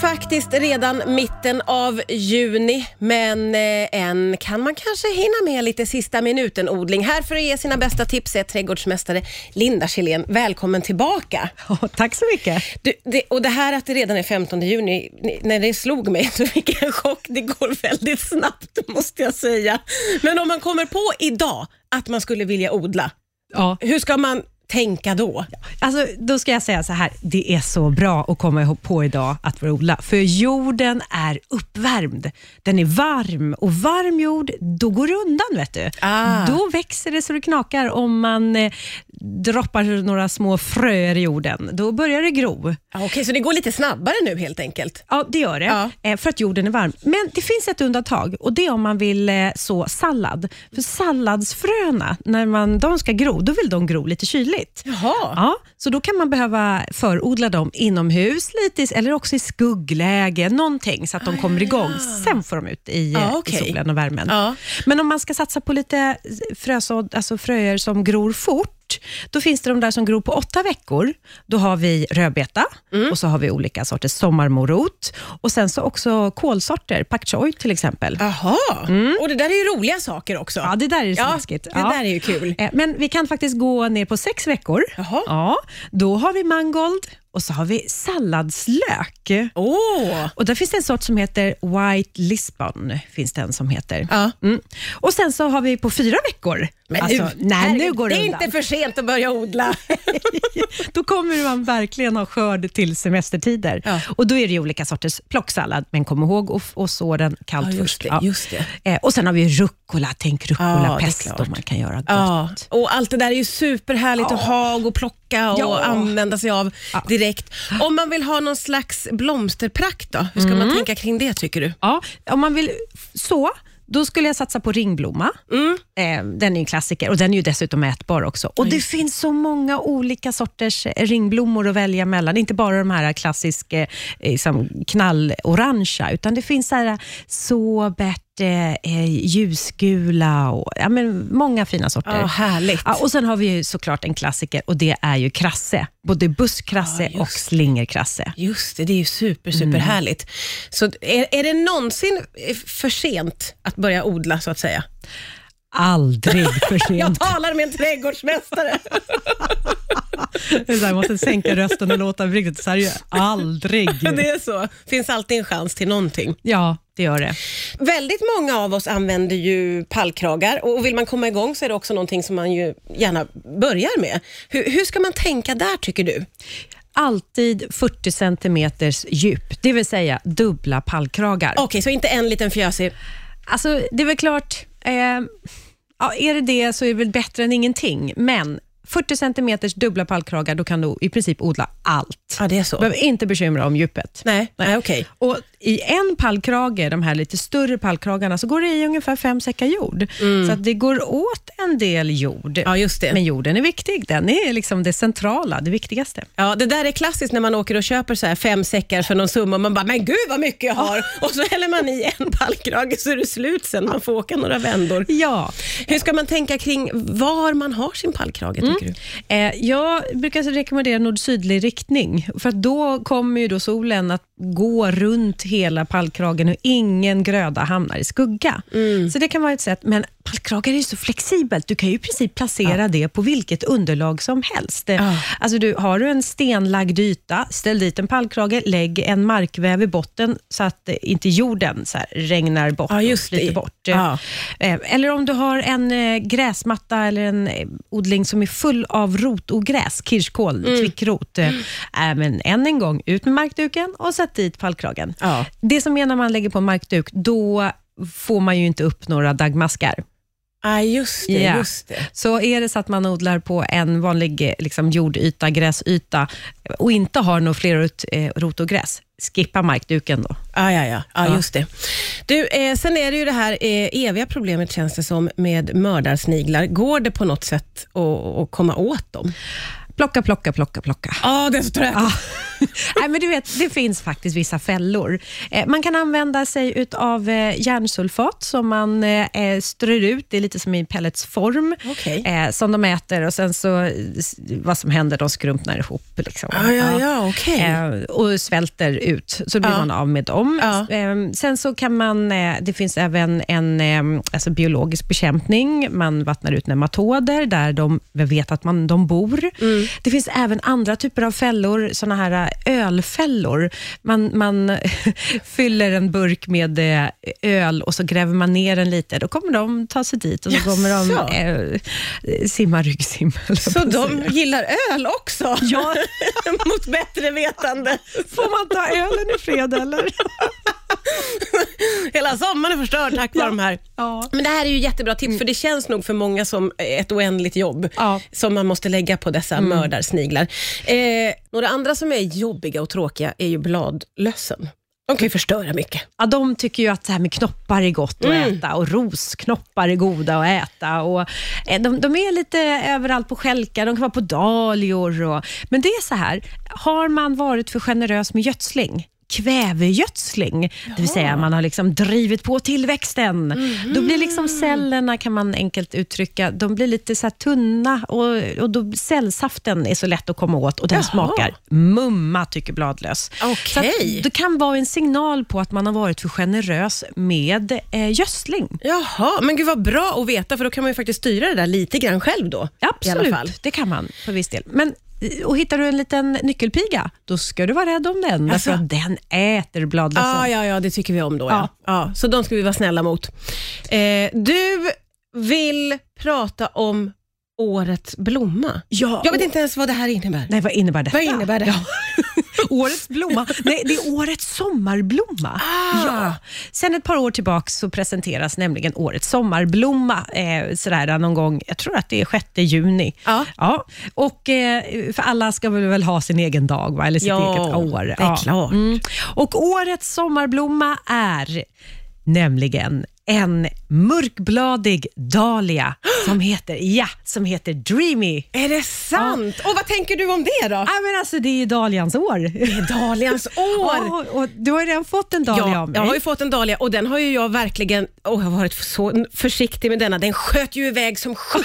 faktiskt redan mitten av juni, men eh, än kan man kanske hinna med lite sista minuten-odling. Här för att ge sina bästa tips är trädgårdsmästare Linda Källén. Välkommen tillbaka! Tack så mycket. Du, det, och det här att det redan är 15 juni, ni- när det slog mig så fick jag en chock. Det går väldigt snabbt måste jag säga. Men om man kommer på idag att man skulle vilja odla, Ja. hur ska man tänka då? Alltså, då ska jag säga så här, det är så bra att komma ihåg på idag att börja odla, för jorden är uppvärmd. Den är varm och varm jord, då går det undan. Vet du. Ah. Då växer det så det knakar om man eh, droppar några små fröer i jorden. Då börjar det gro. Ja, Okej, så det går lite snabbare nu helt enkelt? Ja, det gör det. Ja. Eh, För att jorden är varm. Men det finns ett undantag och det är om man vill eh, så sallad. För salladsfröna, när man, de ska gro, då vill de gro lite kyligt. Jaha. Ja, så då kan man behöva förodla dem inomhus lite, i- eller också i skuggläge, någonting så att Ah, de kommer igång. Sen får de ut i, eh, Ja, okej. i solen och värmen. Ja. Men om man ska satsa på lite frösådd, alltså fröer som gror fort, då finns det de där som gror på åtta veckor. Då har vi rödbeta Mm. och så har vi olika sorters sommarmorot och sen så också kålsorter, pak choi till exempel. Jaha, och det där är ju roliga saker också. Mm. Ja, det där är ju så Ja, läskigt. det Ja. där är ju kul. Eh, Men vi kan faktiskt gå ner på sex veckor. Jaha. Ja, då har vi mangold och så har vi salladslök. Åh! Och där finns det en sort som heter White Lisbon. Finns det en som heter. Ja. Mm. Och Sen så har vi på fyra veckor. Men Alltså, nu, nej, nu herregud, går det, är undan. inte för sent att börja odla. Då kommer man verkligen ha skörd till semestertider. Ja. Och Då är det ju olika sorters plocksallad, men kom ihåg att att så den kallt Ja, just först. det, just det. Eh, och Sen har vi rucola. Ja, Tänk rucola det är pesto klart. man kan göra gott. Ja, och allt det där är ju superhärligt att ha och gå och plocka och Ja. använda sig av direkt. Om man vill ha någon slags blomsterprakt då, hur ska Mm. man tänka kring det tycker du? Ja, om man vill f- så, då skulle jag satsa på ringblomma. Mm. Eh, Den är ju en klassiker och den är ju dessutom ätbar också. Och Det finns så många olika sorters eh, ringblommor att välja mellan. Inte bara de här klassiska eh, liksom knallorangea, utan det finns så här eh, såbärt, eh, eh, ljusgula och ja, men många fina sorter. Ja, härligt. Ja, och Sen har vi ju såklart en klassiker och det är ju krasse. Både buskkrasse Ja, och just. slingerkrasse. Just det, det är ju super, Mm. superhärligt. Så är, är det någonsin eh, för sent att börja odla så att säga? Aldrig för sent. Jag talar med en trädgårdsmästare. Det är så här, Jag måste sänka rösten och låta riktigt seriös. Aldrig. det är så. Finns alltid en chans till någonting. Ja, det gör det. Väldigt många av oss använder ju pallkragar och vill man komma igång så är det också någonting som man ju gärna börjar med. Hur, hur ska man tänka där tycker du? Alltid 40 centimeters djup, det vill säga dubbla pallkragar. Okej, så inte en liten fjösig. Alltså, det är väl klart, eh, ja, är det det så är det väl bättre än ingenting, men 40 centimeters dubbla pallkragar, då kan du i princip odla allt. Ja, det är så. Behöver inte bekymra om djupet. Nej, nej okej. Och I en pallkrage, de här lite större pallkragarna, så går det i ungefär fem säckar jord. Så att det går åt en del jord. Ja, just det. Men jorden är viktig. Den är liksom det centrala, det viktigaste. Ja, det där är klassiskt när man åker och köper så här fem säckar för någon summa och man bara, men gud vad mycket jag har. Och så häller man i en pallkrage så är det slut sen. Man får åka några vändor. Ja. Hur ska man tänka kring var man har sin pallkrage tycker du? Eh, jag brukar så rekommendera nord-sydlig riktning, för att då kommer ju då solen att gå runt hela pallkragen och ingen gröda hamnar i skugga. Mm. Så det kan vara ett sätt, men pallkragar är ju så flexibelt. Du kan ju i princip placera det på vilket underlag som helst. Ja. Alltså du, har du en stenlagd yta, ställ dit en pallkrage, lägg en markväv i botten så att eh, inte jorden så här regnar bort Ja, just och flyter det. bort. Ja. Eh, Eller om du har en eh, gräsmatta eller en eh, odling som är full av rotogräs, kirskål, kvickrot. Eh, äh, men än en gång, ut med markduken och sätt dit pallkragen. Ja. Det som är när man lägger på markduk, då får man ju inte upp några dagmaskar. Ja, Ah, just det. Ja. Just det. Så är det så att man odlar på en vanlig eh, liksom, jordyta, gräsyta och inte har några fler eh, rotogräs, skippa markduken då. Ah, ja, ja, ah, Ja. just det. Du, eh, sen är det ju det här eh, eviga problemet, känns det som, med mördarsniglar. Går det på något sätt att, att komma åt dem? Plocka, plocka, plocka, plocka. Ja, det är så trött. Nej, men du vet, det finns faktiskt vissa fällor. Eh, man kan använda sig av eh, järnsulfat som man eh, strör ut, det är lite som i pelletsform, Okej. eh, som de äter och sen så, eh, s- vad som händer, de skrumpnar ihop. Liksom. Ja, ja, ja, okej. Eh, och svälter ut, så blir Ja. man av med dem. Ja. Eh, sen så kan man, eh, det finns även en eh, alltså biologisk bekämpning, man vattnar ut nematoder där de vi vet att man, de bor. Det finns även andra typer av fällor, såna här eh, ölfällor. Man, man fyller en burk med eh, öl och så gräver man ner den lite, då kommer de ta sig dit och så kommer de Jaså? eh, simma ryggsim. höll jag Så på att säga. de gillar öl också? Ja. Mot bättre vetande. Får man ta ölen i fred eller? Hela sommaren är förstörd tack vare de här. Ja. Mm. Men det här är ju jättebra tips, för det känns nog för många som ett oändligt jobb Ja. Mm. som man måste lägga på dessa mördarsniglar. Eh, några andra som är jobbiga och tråkiga är ju bladlössen. De kan ju förstöra mycket. Ja, de tycker ju att det här med knoppar är gott att äta och rosknoppar är goda att äta. Och eh, de, de är lite överallt på stjälkar, de kan vara på dahlior. Och, men det är så här, har man varit för generös med gödsling, kvävegödsling, det vill säga man har liksom drivit på tillväxten. Då blir liksom cellerna, kan man enkelt uttrycka, de blir lite så här tunna och, och då cellsaften är så lätt att komma åt och den Jaha. smakar mumma, tycker bladlös. Så att Okej. det kan vara en signal på att man har varit för generös med eh, gödsling. Jaha, men gud vad bra att veta, för då kan man ju faktiskt styra det där lite grann själv då. I alla fall. det kan man på viss del. Men, eh, och hittar du en liten nyckelpiga, då ska du vara rädd om den, Alltså. Ah, därför att den äter alltså. bladlösen. Ja, ja, ja, det tycker vi om då. Ja. Ja. Alltså. Ja, så de ska vi vara snälla mot. Eh, du vill prata om årets blomma. Ja, Jag vet inte ens vad det här innebär. Nej, vad innebär detta? Vad innebär det? Årets blomma? Nej, det är årets sommarblomma. Ah. Ja. Sen ett par år tillbaka så presenteras nämligen årets sommarblomma eh, sådär någon gång, jag tror att det är 6 juni. Ja. Och, eh, för alla ska väl, väl ha sin egen dag, va? eller sitt Ja, eget år. det är klart. Mm. Och årets sommarblomma är nämligen en mörkbladig dahlia som heter, ja, som heter Dreamy. Är det sant? Och vad tänker du om det då? Nej, men alltså, det är ju dahlians år. Dahlians år! Ja, och du har ju redan fått en dahlia av Ja, mig. jag har ju fått en dahlia och den har ju jag verkligen åh, jag har varit så försiktig med denna. Den sköt ju iväg som 17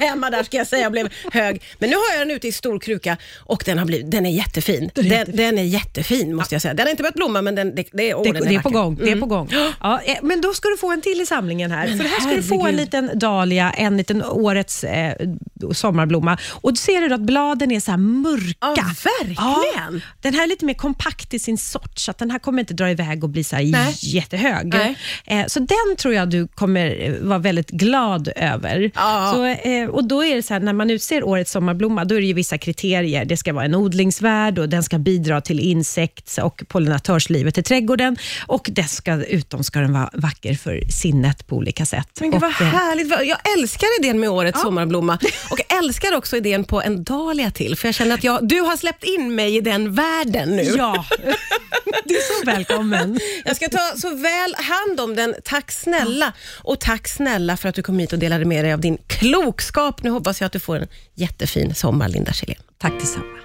hemma där ska jag säga och blev hög. Men nu har jag den ute i stor kruka och den, har blivit, den är jättefin. Den, den är jättefin måste jag säga. Den har inte börjat blomma men den, det, det, åh, det, den det är på vacker. gång. Det är på gång. Ja, eh, men då ska du få en till i samlingen här. För här ska du få en herregud. liten dahlia, en liten årets eh, sommarblomma. Och då ser du att bladen är så här mörka. Ja, verkligen. Ja, den här är lite mer kompakt i sin sort, så att den här kommer inte dra iväg och bli så här Nej. jättehög. Nej. Eh, så den tror jag du kommer eh, vara väldigt glad över. Ja. Så, eh, och då är det så här, när man utser årets sommarblomma, då är det ju vissa kriterier. Det ska vara en odlingsvärd och den ska bidra till insekts och pollinatörslivet i trädgården. Och dessutom ska den vara vacker för sinnet på olika sätt. Men gud vad och, eh, härligt. Vad- Jag älskar idén med årets sommarblomma och jag älskar också idén på en dahlia till för jag känner att jag, du har släppt in mig i den världen nu. Ja, du är så välkommen. Jag ska ta så väl hand om den. Tack snälla. Och tack snälla för att du kom hit och delade med dig av din klokskap. Nu hoppas jag att du får en jättefin sommar, Linda Källén. Tack detsamma.